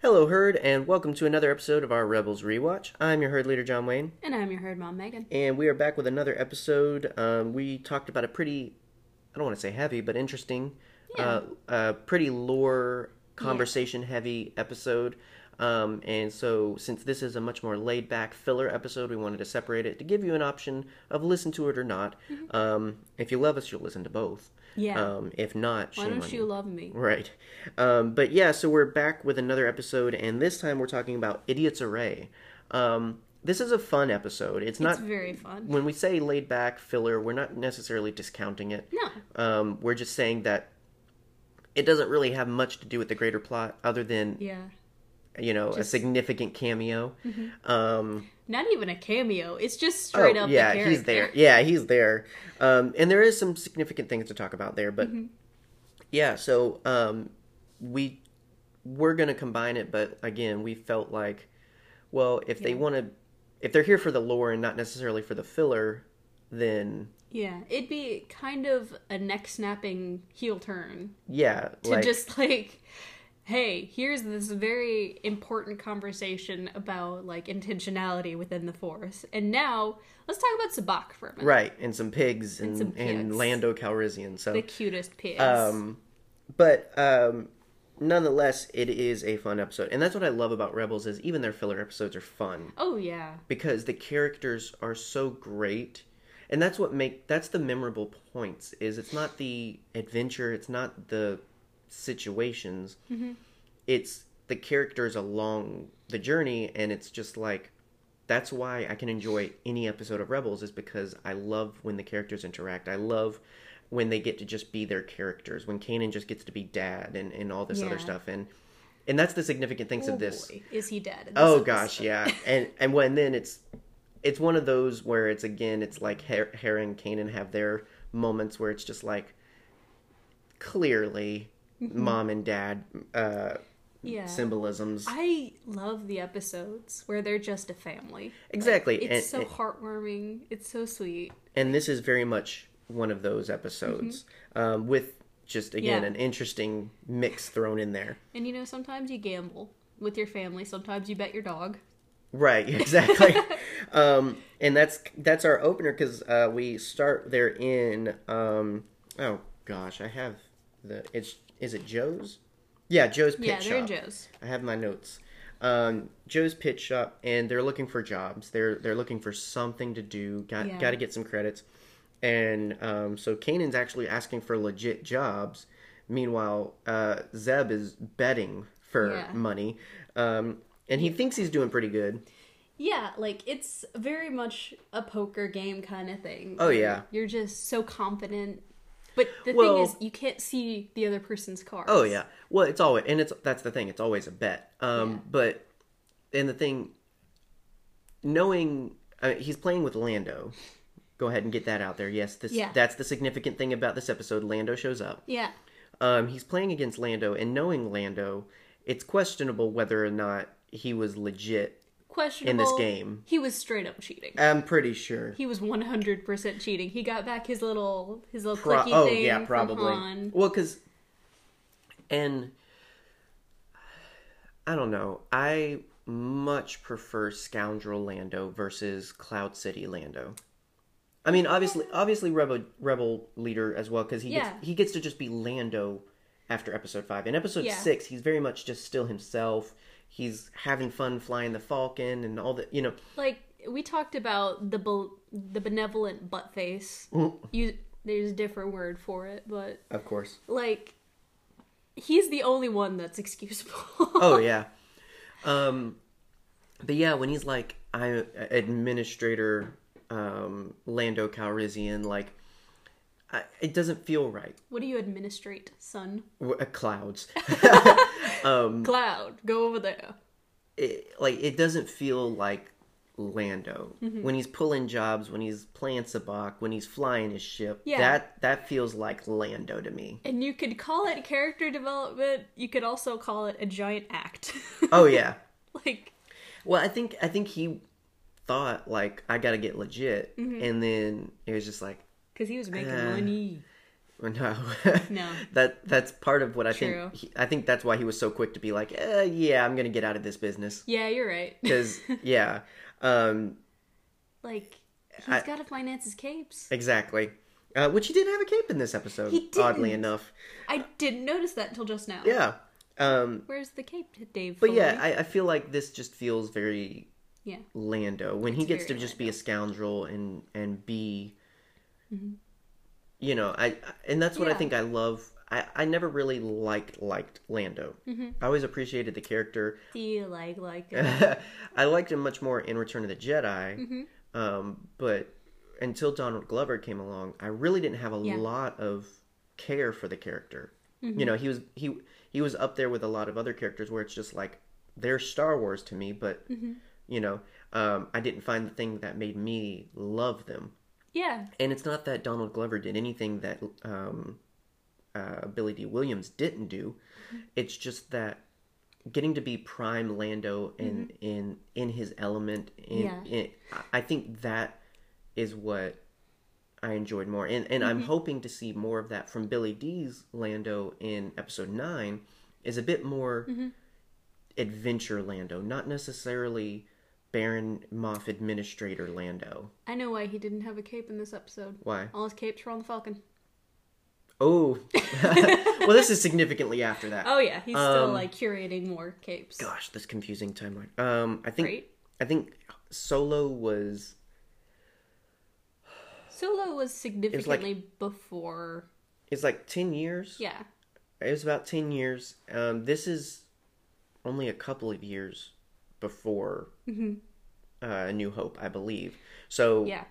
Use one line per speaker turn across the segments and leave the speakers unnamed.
Hello, Herd, and welcome to another episode of our Rebels Rewatch. I'm your Herd leader, John Wayne,
And I'm your herd mom, Megan.
and we are back with another episode. Um, we talked about a pretty, I don't want to say heavy, but interesting, uh, uh, pretty lore conversation heavy episode. Um, and so, since this is a much more laid back filler episode, we wanted to separate it to give you an option of listen to it or not. Um, if you love us, you'll listen to both.
Mm-hmm. Yeah.
Um, if not,
Why
shame
don't
on
you love me?
Right. Um, but yeah, so we're back with another episode, and this time we're talking about Idiot's Array. Um, this is a fun episode. It's not.
It's very fun.
when we say laid back filler, we're not necessarily discounting it.
No.
Um, we're just saying that it doesn't really have much to do with the greater plot other than,
Yeah.
you know, a
Just- Mm-hmm.
significant cameo. Um,
Not even a cameo. It's just straight
oh,
up.
yeah,
the
he's there.
character.
Yeah, he's there. Um, and there is some significant things to talk about there, but
Mm-hmm.
yeah. So um, we we're gonna combine it, but again, we felt like, well, if they
Yeah.
want to, if they're here for the lore and not necessarily for the filler, then
Yeah. It'd be kind of a neck snapping heel turn
yeah,
to
like
just like, hey, here's this very important conversation about like intentionality within the force, and now let's talk about Sabak for a minute.
right, and some pigs and and,
some pigs.
Lando Calrissian. So
The cutest pigs.
Um, but um, nonetheless, it is a fun episode, and that's what I love about Rebels is even their filler episodes are fun
oh yeah.
because the characters are so great, and that's what make that's the memorable points. Is it's not the adventure, it's not the situations, it's the characters along the journey, and it's just like. That's why I can enjoy any episode of Rebels is because I love when the characters interact. I love when they get to just be their characters, when Kanan just gets to be dad and, and all this
Yeah.
other stuff and and that's the significant things
Oh
of this.
boy, is he dead? in this
Oh
episode.
gosh, yeah, and and when then it's it's one of those where it's again it's like Her- Hera and Kanan have their moments where it's just like clearly mom and dad uh,
Mm-hmm. Yeah.
symbolisms
I love the episodes where they're just a family.
exactly,
It's
and,
so heartwarming. It's so sweet.
and this is very much one of those episodes um, with just again
Mm-hmm. Yeah.
an interesting mix thrown in there.
And you know, sometimes you gamble with your family. Sometimes you bet your dog.
Right, exactly. um, and that's that's our opener because uh, we start there in. Um, oh gosh, I have the it's is it Joe's? Yeah, Joe's pit
yeah, they're in
shop.
Joe's.
I have my notes. Um, Joe's pit shop, and they're looking for jobs. They're they're looking for something to do. Got
Yeah.
got to get some credits, and um, so Kanan's actually asking for legit jobs. Meanwhile, uh, Zeb is betting for
Yeah.
money, um, and he thinks he's doing pretty good.
Yeah, like it's very much a poker game kind of thing.
Oh, yeah.
You're just so confident. But the
Well-
thing is, you can't see the other person's cards.
Oh yeah. Well, it's always and it's that's the thing. It's always a bet. Um,
Yeah.
but and the thing, knowing uh, he's playing with Lando. Go ahead and get that out there. Yes, this
Yeah.
that's the significant thing about this episode. Lando shows up.
Yeah.
Um, he's playing against Lando, and knowing Lando, it's questionable whether or not he was legit.
Questionable.
game.
he was straight up cheating.
I'm pretty sure.
He was 100% cheating. He got back his little his little
Pro-
clicky
oh
thing.
yeah,
from
probably.
Han.
Well, because and I don't know. I much prefer Scoundrel Lando versus Cloud City Lando. I mean, obviously, obviously, rebel rebel leader as well because he
Yeah.
gets, he gets to just be Lando after episode five. In episode
Yeah.
six, he's very much just still himself. He's having fun flying the Falcon and all the you know.
like we talked about the bel the benevolent butt face. You there's a different word for it, but
Of course.
like he's the only one that's excusable.
oh yeah um but yeah when he's like i administrator um lando calrissian like I, it doesn't feel right
what do you administrate, son?
W- uh, clouds Um,
Cloud, go over there.
it, like it doesn't feel like lando when he's pulling jobs when he's playing sabak when he's flying his ship
Yeah.
that that feels like lando to me
And you could call it character development. You could also call it a giant act.
oh yeah
like
Well, I think I think he thought like I gotta get legit, and then it was just like
because he was making
Uh,
money.
Or no.
No.
that that's part of what I
True.
think. He, I think that's why he was so quick to be like, eh, "Yeah, I'm gonna get out of this business."
Yeah, you're right.
Because yeah, um,
like he's
I-
got to finance his capes.
exactly. Uh, which he didn't have a cape in this episode,
He
oddly
didn't.
enough.
I didn't notice that until just now.
Yeah. Um,
Where's the cape, Dave?
but yeah,
Filoni?
I, I feel like this just feels very
yeah.
Lando when he gets to
very
just be a scoundrel and and be, you know, I I- and that's what I
Mm-hmm. Yeah.
think I love. I, I never really liked liked Lando.
Mm-hmm.
I always appreciated the character.
Do you like like
I liked him much more in Return of the Jedi, um, but until Donald Glover came along, I really didn't have a
Yeah.
lot of care for the character. You know, he was he he was up there with a lot of other characters where it's just like they're Star Wars to me, but you know, um, I didn't find the thing that made me love them.
yeah?
And it's not that Donald Glover did anything that um, uh, Billy D. Williams didn't do. It's just that getting to be prime Lando in in in his element. In,
Yeah.
in, I think that is what I enjoyed more, and and I'm hoping to see more of that from Billy D's Lando in Episode Nine. Is a bit more adventure Lando, not necessarily Baron Moff Administrator Lando.
I know why he didn't have a cape in this episode.
Why?
All his capes were on the Falcon.
Oh, well, this is significantly after that.
Oh yeah, he's still
Um,
like curating more capes.
Gosh, this confusing timeline. Um, I think
Right?
I think Solo was
Solo was significantly before.
it's like ten years.
Yeah,
It was about ten years. Um, this is only a couple of years before uh, A New Hope, I believe. So
Mm-hmm. yeah.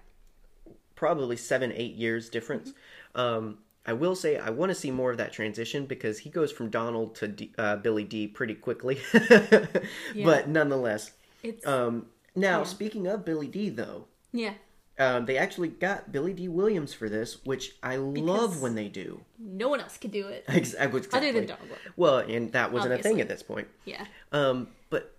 probably seven, eight years difference.
Mm-hmm.
Um, I will say I want to see more of that transition because he goes from Donald to D, uh, Billy D pretty quickly. But nonetheless,
It's
Um, now, speaking of Billy D, though,
yeah.
um, they actually got Billy D. Williams for this, which I love when they do.
No one else could do it
Ex- Exactly.
other than Donald. Glover.
Well, and that wasn't a thing
Obviously.
at this point.
Yeah,
Um, but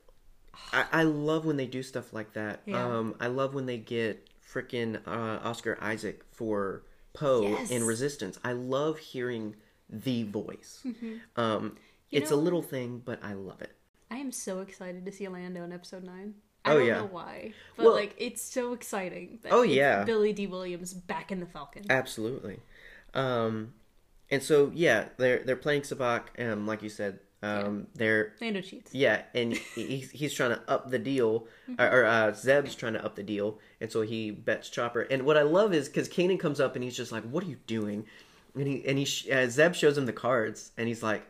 I, I love when they do stuff like that.
Yeah.
Um, I love when they get frickin' uh, Oscar Isaac for Poe
Yes.
in Resistance. I love hearing the voice. Um,
Mm-hmm. You
it's
know-
a little thing, but I love it.
I am so excited to see Lando in episode nine. I
Oh,
don't
yeah.
know why, but
Well-
like it's so exciting. That
Oh,
it's
yeah.
Billy D. Williams back in the Falcon.
Absolutely. Um, and so yeah, they're they're playing Sabak, um, like you said. Um, they're
Lando cheats.
yeah, and he's, he's trying to up the deal,
Mm-hmm.
or, or uh, Zeb's trying to up the deal, and so he bets Chopper. And what I love is because Kanan comes up and he's just like, "What are you doing?" And he and he sh- uh, Zeb shows him the cards, and he's like,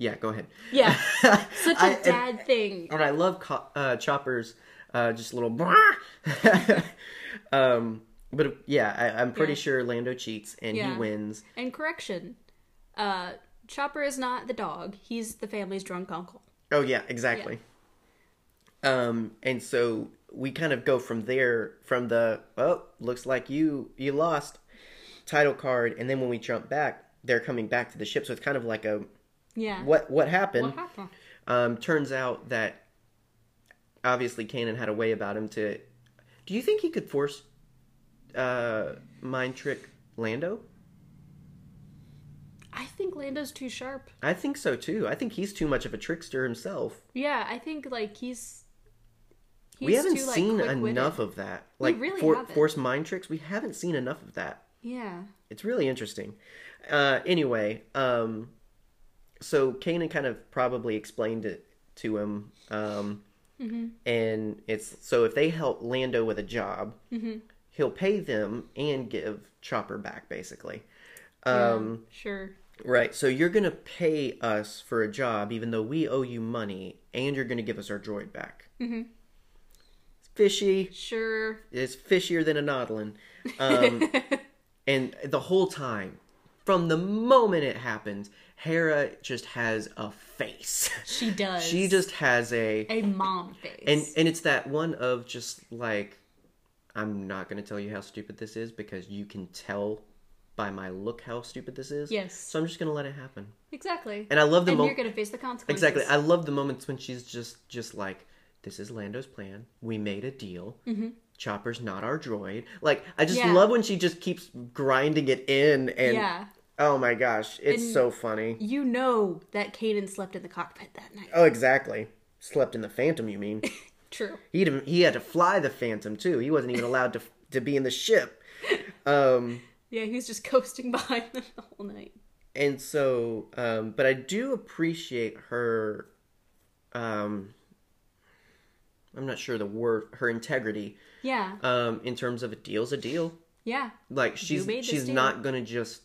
"Yeah, go ahead."
Yeah, such a
I- and-
dad thing.
And I love co- uh, Chopper's uh, just little. um, but yeah, I, I'm pretty
Yeah.
sure Lando cheats and
Yeah.
he wins.
And correction, uh, Chopper is not the dog. He's the family's drunk uncle.
Oh yeah, exactly. Um, and so we kind of go from there from the oh, looks like you you lost title card, and then when we jump back, they're coming back to the ship. So it's kind of like a
Yeah.
what what happened?
What happened?
Um, turns out that obviously Kanan had a way about him to. Do you think he could force uh, mind trick Lando?
I think Lando's too sharp.
I think so too. I think he's too much of a trickster himself.
Yeah, I think like he's. he's
we haven't
too, like,
seen
quick-witted.
enough of that. Like
really
for,
haven't.
force mind tricks, we haven't seen enough of that.
Yeah.
It's really interesting. Uh, anyway, um, so Kanan kind of probably explained it to him, um,
Mm-hmm.
and it's so if they help Lando with a job,
Mm-hmm.
he'll pay them and give Chopper back basically. Um,
yeah, sure.
Right. So you're gonna pay us for a job, even though we owe you money, and you're gonna give us our droid back. Mm-hmm. It's fishy.
Sure.
It's fishier than a nodlin. Um, and the whole time, from the moment it happened, Hera just has a face.
She does.
She just has a
a mom face.
and and it's that one of just like I'm not going to tell you how stupid this is because you can tell by my look how stupid this is.
Yes.
So I'm just going to let it happen.
exactly.
And I love the
And
moment
you're gonna face the consequences.
Exactly. I love the moments when she's just just like, "This is Lando's plan. We made a deal. Chopper's not our droid." Like, I just
Mm-hmm. Yeah.
love when she just keeps grinding it in and
Yeah.
Oh my gosh, it's
And-
so funny.
You know that Kanan slept in the cockpit that night.
Oh, exactly. Slept in the Phantom, you mean?
True.
He would he had to fly the Phantom too. He wasn't even allowed to to be in the ship. Um,
Yeah, he was just coasting behind them the whole night.
and so, um, but I do appreciate her. Um, I'm not sure the word her integrity.
Yeah,
Um, in terms of a deal's a deal.
yeah,
Like she's
made this
she's
deal.
not gonna just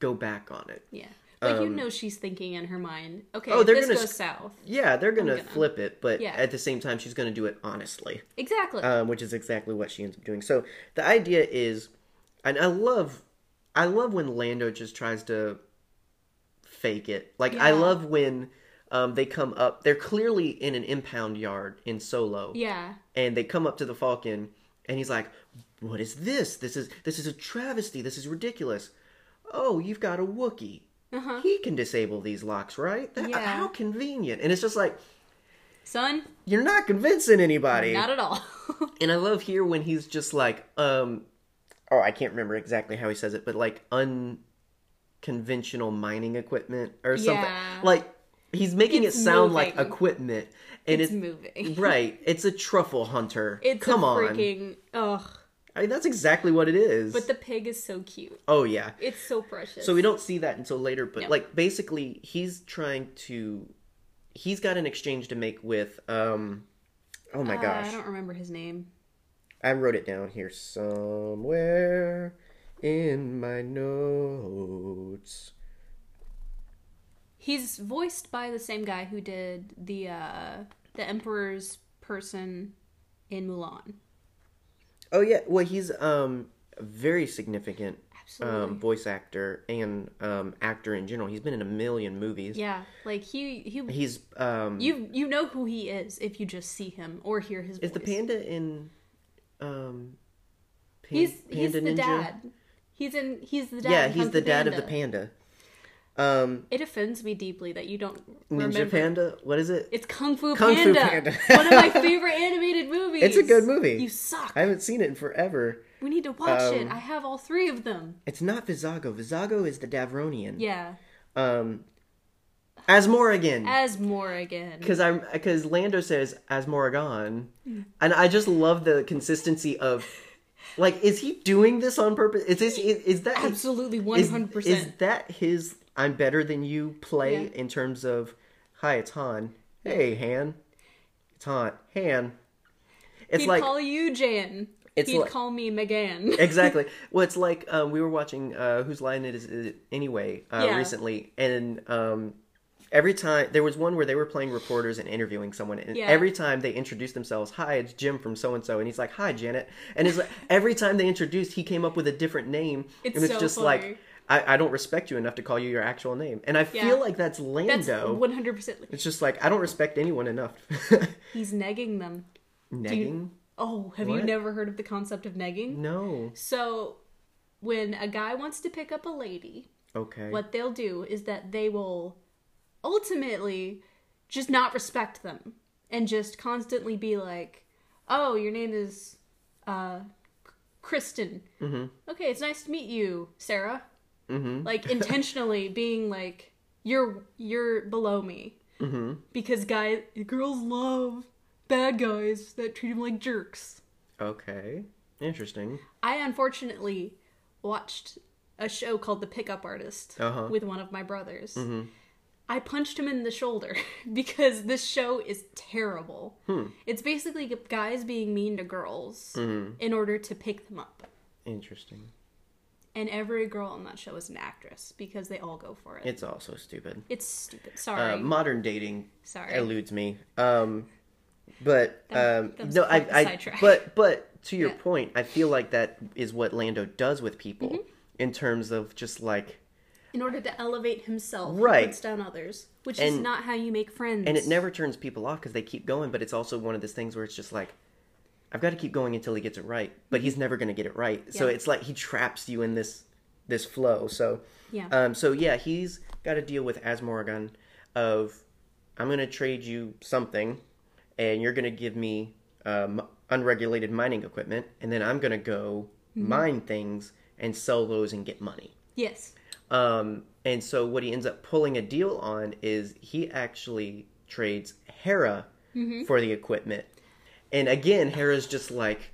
go back on it.
yeah. Like you know, she's thinking in her mind, okay,
Um, Oh,
if
they're
this
gonna
goes
s-
south.
Yeah, they're gonna,
gonna-
flip it, but
Yeah.
at the same time, she's gonna do it honestly.
Exactly.
um, which is exactly what she ends up doing. So the idea is, and I love, I love when Lando just tries to fake it. Like I
Yeah.
love when um, they come up. They're clearly in an impound yard in Solo,
yeah,
and they come up to the Falcon, and he's like, "What is this? This is this is a travesty. This is ridiculous. Oh, you've got a Wookie."
Uh-huh.
He can disable these locks, right? That,
Yeah.
How convenient! And it's just like
son,
you're not convincing anybody.
not at all.
And I love here when he's just like, um, oh, I can't remember exactly how he says it, but like unconventional mining equipment or something.
Yeah.
Like he's making
It's
it sound like
moving.
equipment, and
it's
it's,
moving.
right. It's a truffle hunter.
It's
Come
a
on,
freaking ugh.
I mean, that's exactly what it is.
But the pig is so cute.
oh yeah.
It's so precious.
So we don't see that until later, but
No.
like basically he's trying to, he's got an exchange to make with, um, oh my
Uh,
gosh,
I don't remember his name.
I wrote it down here somewhere in my notes.
He's voiced by the same guy who did the uh the Emperor's person in Mulan.
Oh yeah, well he's um a very significant
Absolutely.
um, voice actor and um, actor in general. He's been in a million movies.
yeah, like he he
He's um
you you know who he is if you just see him or hear
is
his voice.
the panda in um pan-
he's he's the dad. He's in he's the dad.
Yeah,
in
he's
Kung
the
Fu
dad of the
Panda.
panda. Um
It offends me deeply that you don't
Ninja
remember.
Panda, what is it?
It's Kung Fu
Kung Fu
Panda.
Panda.
One of my favorite animated movies.
It's a good movie.
You suck.
I haven't seen it in forever.
we need to watch it.
Um,
I have all three of them.
It's not Visago. Visago is the Davronian.
Yeah.
um as Morrigan
As Morrigan.
because I'm because Lando says as Morrigan,
Hmm.
and I just love the consistency of like is he doing this on purpose? Is this is, is that
Absolutely
is-
100%.
Is, that his I'm better than you play
Yeah.
in terms of hi it's Han hey Han it's Han Han it's
He'd
like
call you Jan.
It's
He'd
like-
call me Megan.
exactly. Well, it's like um, we were watching uh, Whose Line It Is It Anyway uh,
Yeah.
recently, and um, every time there was one where they were playing reporters and interviewing someone, and
Yeah.
every time they introduced themselves, "Hi, it's Jim from so and so," and he's like, "Hi, Janet," and it's like, every time they introduced, he came up with a different name,
It's
and it's
so
just
funny.
like. I, I don't respect you enough to call you your actual name, and I
Yeah.
feel like that's
That's
Lando.
100%.
it's just like I don't respect anyone enough.
He's negging them.
Negging?
you- Oh, have you
What?
never heard of the concept of negging?
No.
So, when a guy wants to pick up a lady,
Okay.
what they'll do is that they will ultimately just not respect them and just constantly be like, "Oh, your name is uh K- Kristen. Mm-hmm. Okay, it's nice to meet you, Sarah." Mm-hmm. Like intentionally being like, "You're you're below me," mm-hmm. because guys, girls love bad guys that treat them like jerks.
Okay. Interesting.
I unfortunately watched a show called The Pickup Artist
Uh-huh. Mm-hmm.
with one of my brothers. I punched him in the shoulder because this show is terrible.
Hmm.
It's basically guys being mean to girls
Mm-hmm.
in order to pick them up.
Interesting.
And every girl on that show is an actress because they all go for it.
It's also stupid.
it's stupid.
Uh,
Sorry.
modern dating
Sorry.
eludes me. Um, but
That-
um,
that was
no,
quite the
I, I
sidetrack.
but but to your
Yeah.
point, I feel like that is what Lando does with people
Mm-hmm.
in terms of just like,
in order to elevate himself, he
Right.
puts down others, which is
And-
not how you make friends.
and it never turns people off because they keep going. But it's also one of those things where it's just like. I've got to keep going until he gets it right, but he's never going to get it right. So
Mm-hmm. Yeah.
it's like he traps you in this this flow. So
Yeah.
Um, so yeah, he's got to deal with Asmorgon of I'm gonna trade you something, and you're gonna give me um, unregulated mining equipment, and then I'm gonna go mine things and sell those and get money.
yes.
Um, and so what he ends up pulling a deal on is he actually trades Hera for the equipment. And again, Hera's just like,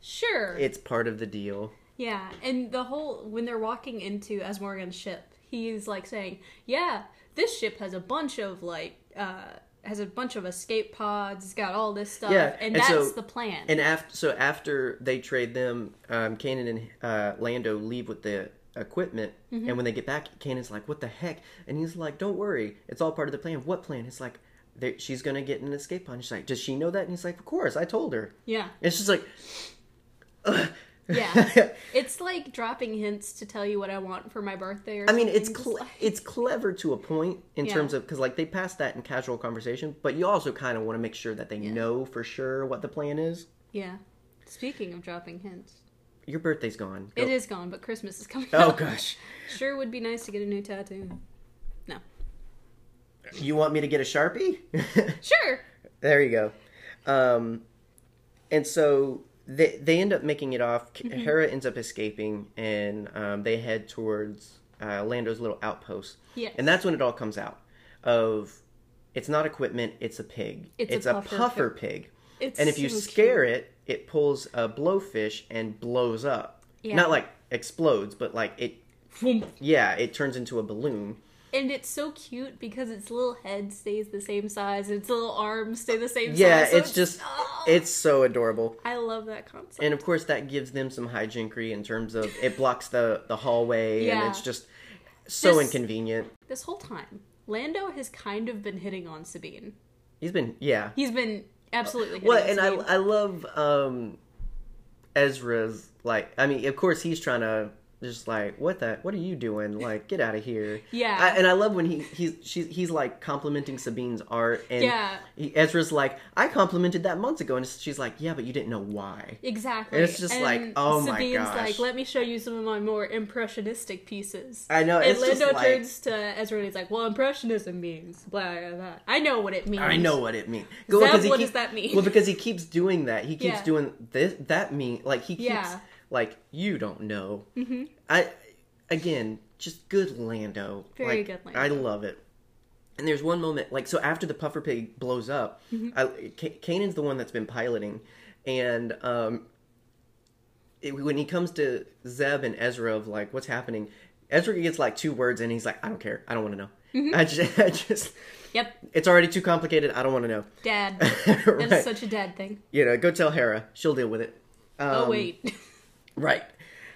Sure.
it's part of the deal.
Yeah, and the whole when they're walking into Asmorgan's ship, he's like saying, "Yeah, this ship has a bunch of like uh has a bunch of escape pods. It's got all this stuff,
Yeah,
and,
and
that's
so-
the plan."
And after, so after they trade them, um, Kanan and uh, Lando leave with the equipment,
Mm-hmm.
and when they get back, Kanan's like, "What the heck?" And he's like, "Don't worry, it's all part of the plan." What plan? It's like they- she's gonna get an escape pod. She's like, "Does she know that?" And he's like, "Of course, I told her."
yeah,
And she's like,
yeah. it's like dropping hints to tell you what I want for my birthday. Or
I mean, it's
something.
cle it's clever to a point in
Yeah.
terms of because like they pass that in casual conversation, but you also kind of want to make sure that they know for sure what the plan is.
yeah. Speaking of dropping hints,
Your birthday's gone.
it is gone, but Christmas is coming.
Oh
up.
gosh,
sure would be nice to get a new tattoo. No,
you want me to get a sharpie?
sure.
There you go. Um, and so they they end up making it off. K
Mm-hmm.
Hera ends up escaping, and um, they head towards uh, Lando's little outpost.
Yes.
And that's when it all comes out. Of it's not equipment; it's a pig.
It's a
a,
puffer
puffer, pig.
It's
and if you
so
scare it, it pulls a blowfish and blows up.
Yeah.
Not like explodes, but like it.
Boom.
Yeah, it turns into a balloon.
And it's so cute because its little head stays the same size, its little arms stay the same
Yeah,
size. so
it's just
Oh,
it's so adorable.
I love that concept.
and of course that gives them some hijinkery in terms of it blocks the the hallway
Yeah.
and it's just so
This-
inconvenient
this whole time, Lando has kind of been hitting on Sabine.
he's been yeah
He's been absolutely hitting
well
on
and i
Sabine.
i love um ezra's like i mean of course he's trying to just like what the what are you doing like get out of here
Yeah.
I, and i love when he he's she's, he's like complimenting sabine's art and
Yeah.
he, ezra's like i complimented that months ago and she's like yeah but you didn't know why
Exactly.
It's just like, oh my
Sabine's
gosh.
like, let me show you some of my more impressionistic pieces.
I know,
And
it's just
Lando
like-
turns to Ezra and he's like, well, impressionism means blah, blah, blah. I know what it means.
I know what it means.
Zeb,
because he
what does
keep-
that mean?
Well, because he keeps doing that. He keeps
Yeah.
doing this. That mean like he keeps
Yeah.
like you don't know. Mm-hmm. I again, just good Lando.
Very
Like,
good
I
Lando.
love it. And there's one moment like so after the puffer pig blows up,
Mm-hmm.
I, Ka- Kanan's the one that's been piloting, and um, it, when he comes to Zeb and Ezra of like what's happening, Ezra gets like two words and he's like, I don't care. I don't want to know.
Mm-hmm.
I just, I just,
Yep.
it's already too complicated. I don't want to know.
Dad. That is
right.
such a dad thing.
you know, go tell Hera. She'll deal with it. Um,
oh, wait.
Right.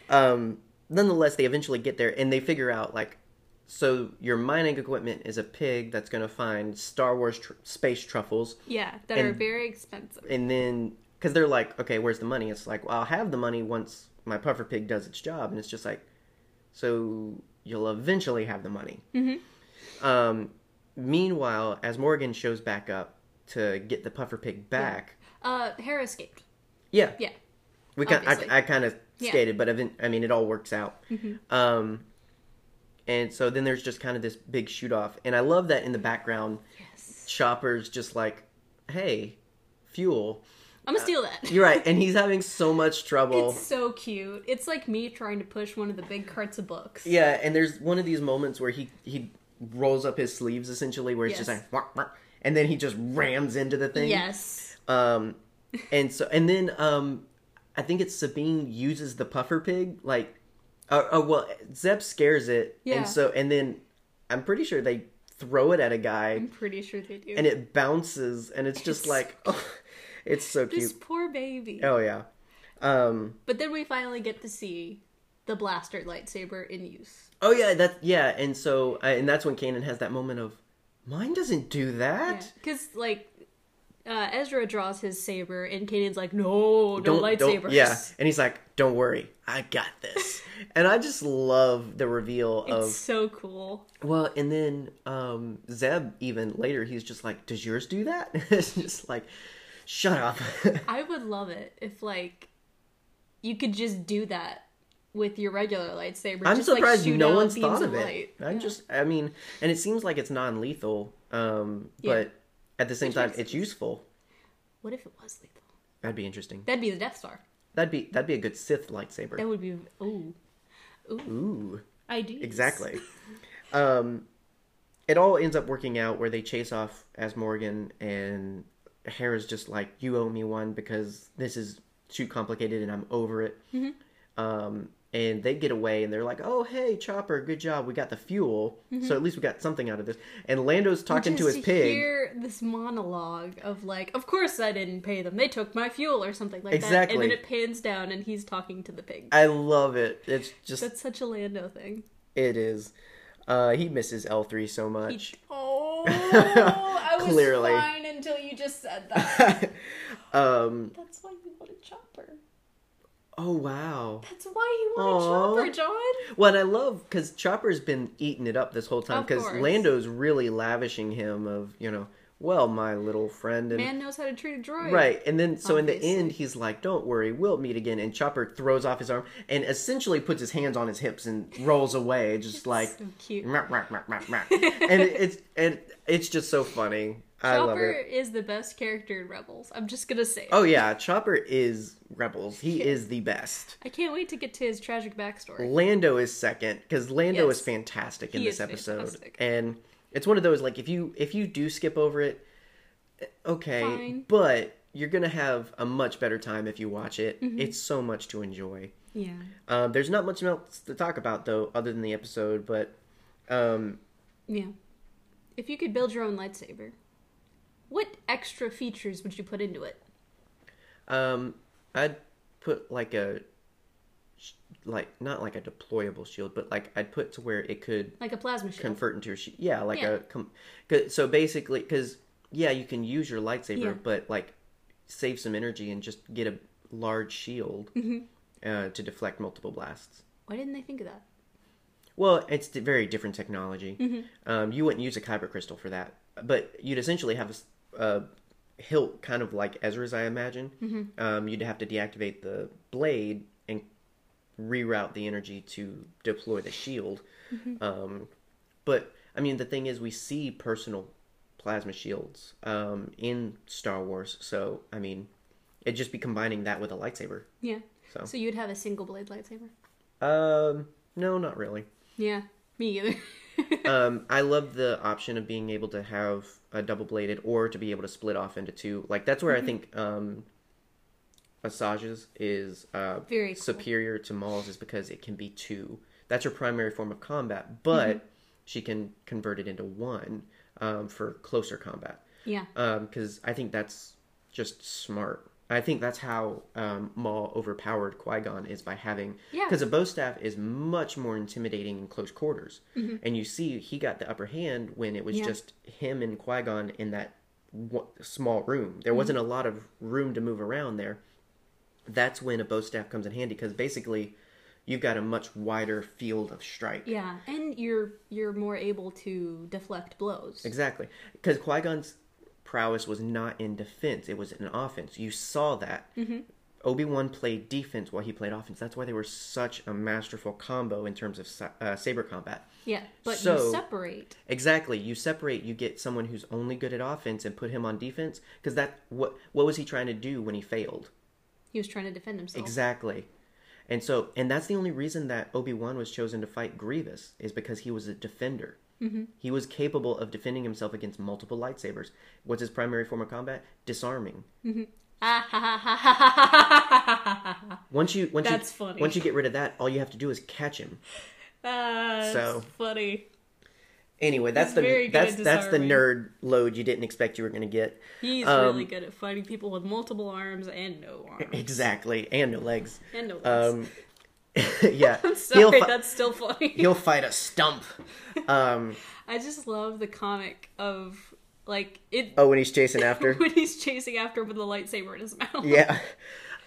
Um, nonetheless, they eventually get there and they figure out, like, so your mining equipment is a pig that's going to find Star Wars tr- space truffles.
yeah, that are
and-
very expensive.
And then, because they're like, okay, where's the money? It's like, well, I'll have the money once my puffer pig does its job. And it's just like, so you'll eventually have the money.
Mm-hmm.
Um, meanwhile, as Morgan shows back up to get the puffer pig back,
Uh, Hera escaped.
yeah,
Yeah.
we kind
Obviously.
I, I kind of
Yeah. Mm-hmm.
skated, but I, didn't- I mean, it all works out. Um, and so then there's just kind of this big shoot off, and I love that in the background,
Yes.
Chopper's just like, "Hey, fuel."
I'm gonna steal that.
You're right, and he's having so much trouble.
It's so cute. It's like me trying to push one of the big carts of books.
Yeah, and there's one of these moments where he he rolls up his sleeves essentially, where it's just
Yes.
like, "Wah, wah," and then he just rams into the thing.
Yes.
Um, and so, and then, um, I think it's Sabine uses the puffer pig, like, uh, uh, well, Zeb scares it,
Yeah.
and so, and then, I'm pretty sure they throw it at a guy,
I'm pretty sure they do.
and it bounces, and it's just
It's-
like, oh, it's so
this
cute.
poor baby.
Oh yeah, um,
But then we finally get to see the blaster lightsaber in use.
oh yeah, that yeah, and so, uh, and that's when Kanan has that moment of, mine doesn't do that.
Because, like, uh, Ezra draws his saber, and Kanan's like, no, no
don't,
lightsabers.
don't- yeah, and he's like, "Don't worry, I got this." and I just love the reveal
It's
of
so cool.
Well, and then um, Zeb, even later, he's just like, "Does yours do that?" it's just like, "Shut up."
I would love it if, like, you could just do that with your regular lightsaber.
I'm
just,
surprised
like, shoot
no
out
one's
beams
thought of it.
Light.
I'm just, I mean, and it seems like it's non-lethal, um,
Yeah.
but at the same
Which
time,
makes
it's
sense.
useful.
What if it was lethal?
That'd be interesting.
That'd be the Death Star.
That'd be that'd be a good Sith lightsaber.
That would be ooh.
Ooh,
IDs.
Exactly. um, it all ends up working out where they chase off as Morgan, and Hera's just like, "You owe me one because this is too complicated, and I'm over it." Um, and they get away, and they're like, "Oh, hey, Chopper, good job. We got the fuel, so at least we got something out of this." And Lando's talking to
Just
his pig.
hear this monologue of like, of course I didn't pay them. They took my fuel or something like that. And
Exactly.
then it pans down and he's talking to the pig.
I love it. It's just
That's such a Lando thing.
it is. Uh, he misses L three so
He-
much.
oh, I was
Clearly.
fine until you just said that.
um.
That's why you wanted Chopper.
Oh wow.
That's why he wanted
Aw.
Chopper, John.
Well, and I love because Chopper's been eating it up this whole time
Of
because
course.
Lando's really lavishing him of you know, well, my little friend, and
Man knows how to treat a droid.
right, and then so in
Obviously.
the end he's like, "Don't worry, we'll meet again." And Chopper throws off his arm and essentially puts his hands on his hips and rolls away, just like,
so cute.
"Meh, meh, meh, meh, meh." and it- it's and it's just so funny. I love
Chopper
it.
is the best character in Rebels. I'm just gonna say. it.
Oh yeah, Chopper is rebels. He is the best.
I can't wait to get to his tragic backstory.
Lando is second because Lando
Yes.
is fantastic in
He
this
is
episode,
fantastic.
and it's one of those like if you if you do skip over it, eh, okay,
Fine.
but you're gonna have a much better time if you watch it.
Mm-hmm.
It's so much to enjoy.
Yeah.
Um, there's not much else to talk about though, other than the episode. But um,
Yeah. If you could build your own lightsaber, what extra features would you put into it?
um, I'd put like a sh- like not like a deployable shield, but like I'd put to where it could
Like a plasma shield.
convert into a shield. Yeah, like
Yeah.
a com- 'cause- so basically because yeah, you can use your lightsaber,
Yeah.
but like save some energy and just get a large shield
Mm-hmm.
uh, to deflect multiple blasts.
Why didn't they think of that?
Well, it's di- very different technology. Um, you wouldn't use a kyber crystal for that, but you'd essentially have a s- a hilt kind of like Ezra's, I imagine. Um, you'd have to deactivate the blade and reroute the energy to deploy the shield. Um, but I mean, the thing is, we see personal plasma shields um, in Star Wars, so I mean, it'd just be combining that with a lightsaber.
Yeah.
So.
so you'd have a single blade lightsaber.
Um, no, not really.
Yeah. Me either.
um, I love the option of being able to have a double bladed or to be able to split off into two. Like that's where I think um, Asajj's is uh,
Very cool.
superior to Maul's is because it can be two. That's her primary form of combat, but she can convert it into one um, for closer combat.
yeah.
Because Um, I think that's just smart. I think that's how um, Maul overpowered Qui Gon is by having
Yeah.
because a bow staff is much more intimidating in close quarters, and you see he got the upper hand when it was
Mm-hmm. Yeah.
just him and Qui Gon in that one, small room. There
Mm-hmm.
wasn't a lot of room to move around there. That's when a bow staff comes in handy because basically you've got a much wider field of strike.
Yeah. And you're you're more able to deflect blows.
Exactly. Because Qui Gon's prowess was not in defense, it was in offense. You saw that. Obi Wan played defense while he played offense. That's why they were such a masterful combo in terms of sa- uh, saber combat.
Yeah. But you
So-
separate.
Exactly. You separate. You get someone who's only good at offense and put him on defense. Because that what what was he trying to do when he failed?
He was trying to defend himself.
Exactly. And so, and that's the only reason that Obi Wan was chosen to fight Grievous is because he was a defender. Mm-hmm. He was capable of defending himself against multiple lightsabers. What's his primary form of combat? Disarming.
Ah,
Once you, once
That's
you,
funny.
once you get rid of that, all you have to do is catch him.
That's
So-
funny.
Anyway, that's
He's
the
very good
that's
at
that's the
disarming.
nerd load you didn't expect you were going to get.
He's
Um,
really good at fighting people with multiple arms and no arms.
Exactly, and no legs.
And no legs.
Um, yeah,
I'm sorry,
fi-
that's still funny.
he'll fight a stump. Um,
I just love the comic of like it
oh, when he's chasing after.
when he's chasing after him with the lightsaber in his mouth.
yeah.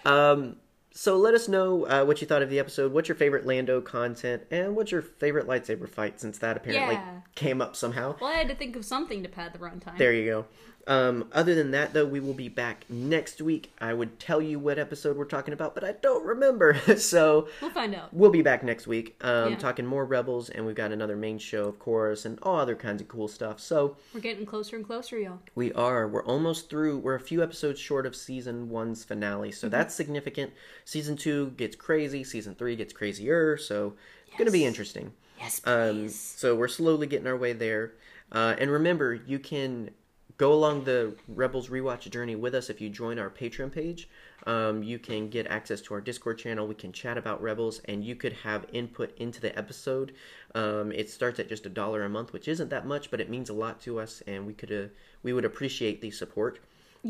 Um, so let us know uh, what you thought of the episode. What's your favorite Lando content, and what's your favorite lightsaber fight? Since that apparently
Yeah.
came up somehow.
Well, I had to think of something to pad the runtime.
There you go. Um, other than that, though, we will be back next week. I would tell you what episode we're talking about, but I don't remember. so
We'll find out.
we'll be back next week, um,
Yeah.
talking more rebels, and we've got another main show, of course, and all other kinds of cool stuff. So
We're getting closer and closer, y'all.
We are. We're almost through. We're a few episodes short of season one's finale, so that's significant. Season two gets crazy. Season three gets crazier. So it's going to be interesting.
Yes,
Um,
please.
so we're slowly getting our way there. Uh, and remember, you can go along the Rebels rewatch journey with us if you join our Patreon page. Um, you can get access to our Discord channel. We can chat about Rebels, and you could have input into the episode. Um, it starts at just a dollar a month, which isn't that much, but it means a lot to us, and we could uh, we would appreciate the support.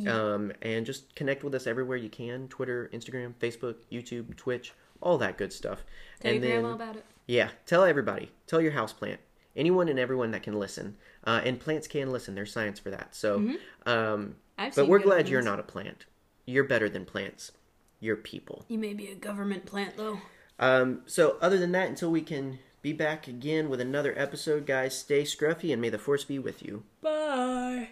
Um, and just connect with us everywhere you can: Twitter, Instagram, Facebook, YouTube, Twitch, all that good stuff.
Tell
and
your
then
grandma about it.
yeah, tell everybody. Tell your houseplant. Anyone and everyone that can listen. Uh, and plants can listen. There's science for that. So, um,
Mm-hmm. I've
but
seen
we're
good
glad you're
omens.
not a plant. You're better than plants. You're people.
You may be a government plant, though.
Um, so, other than that, until we can be back again with another episode, guys, stay scruffy and may the force be with you.
Bye.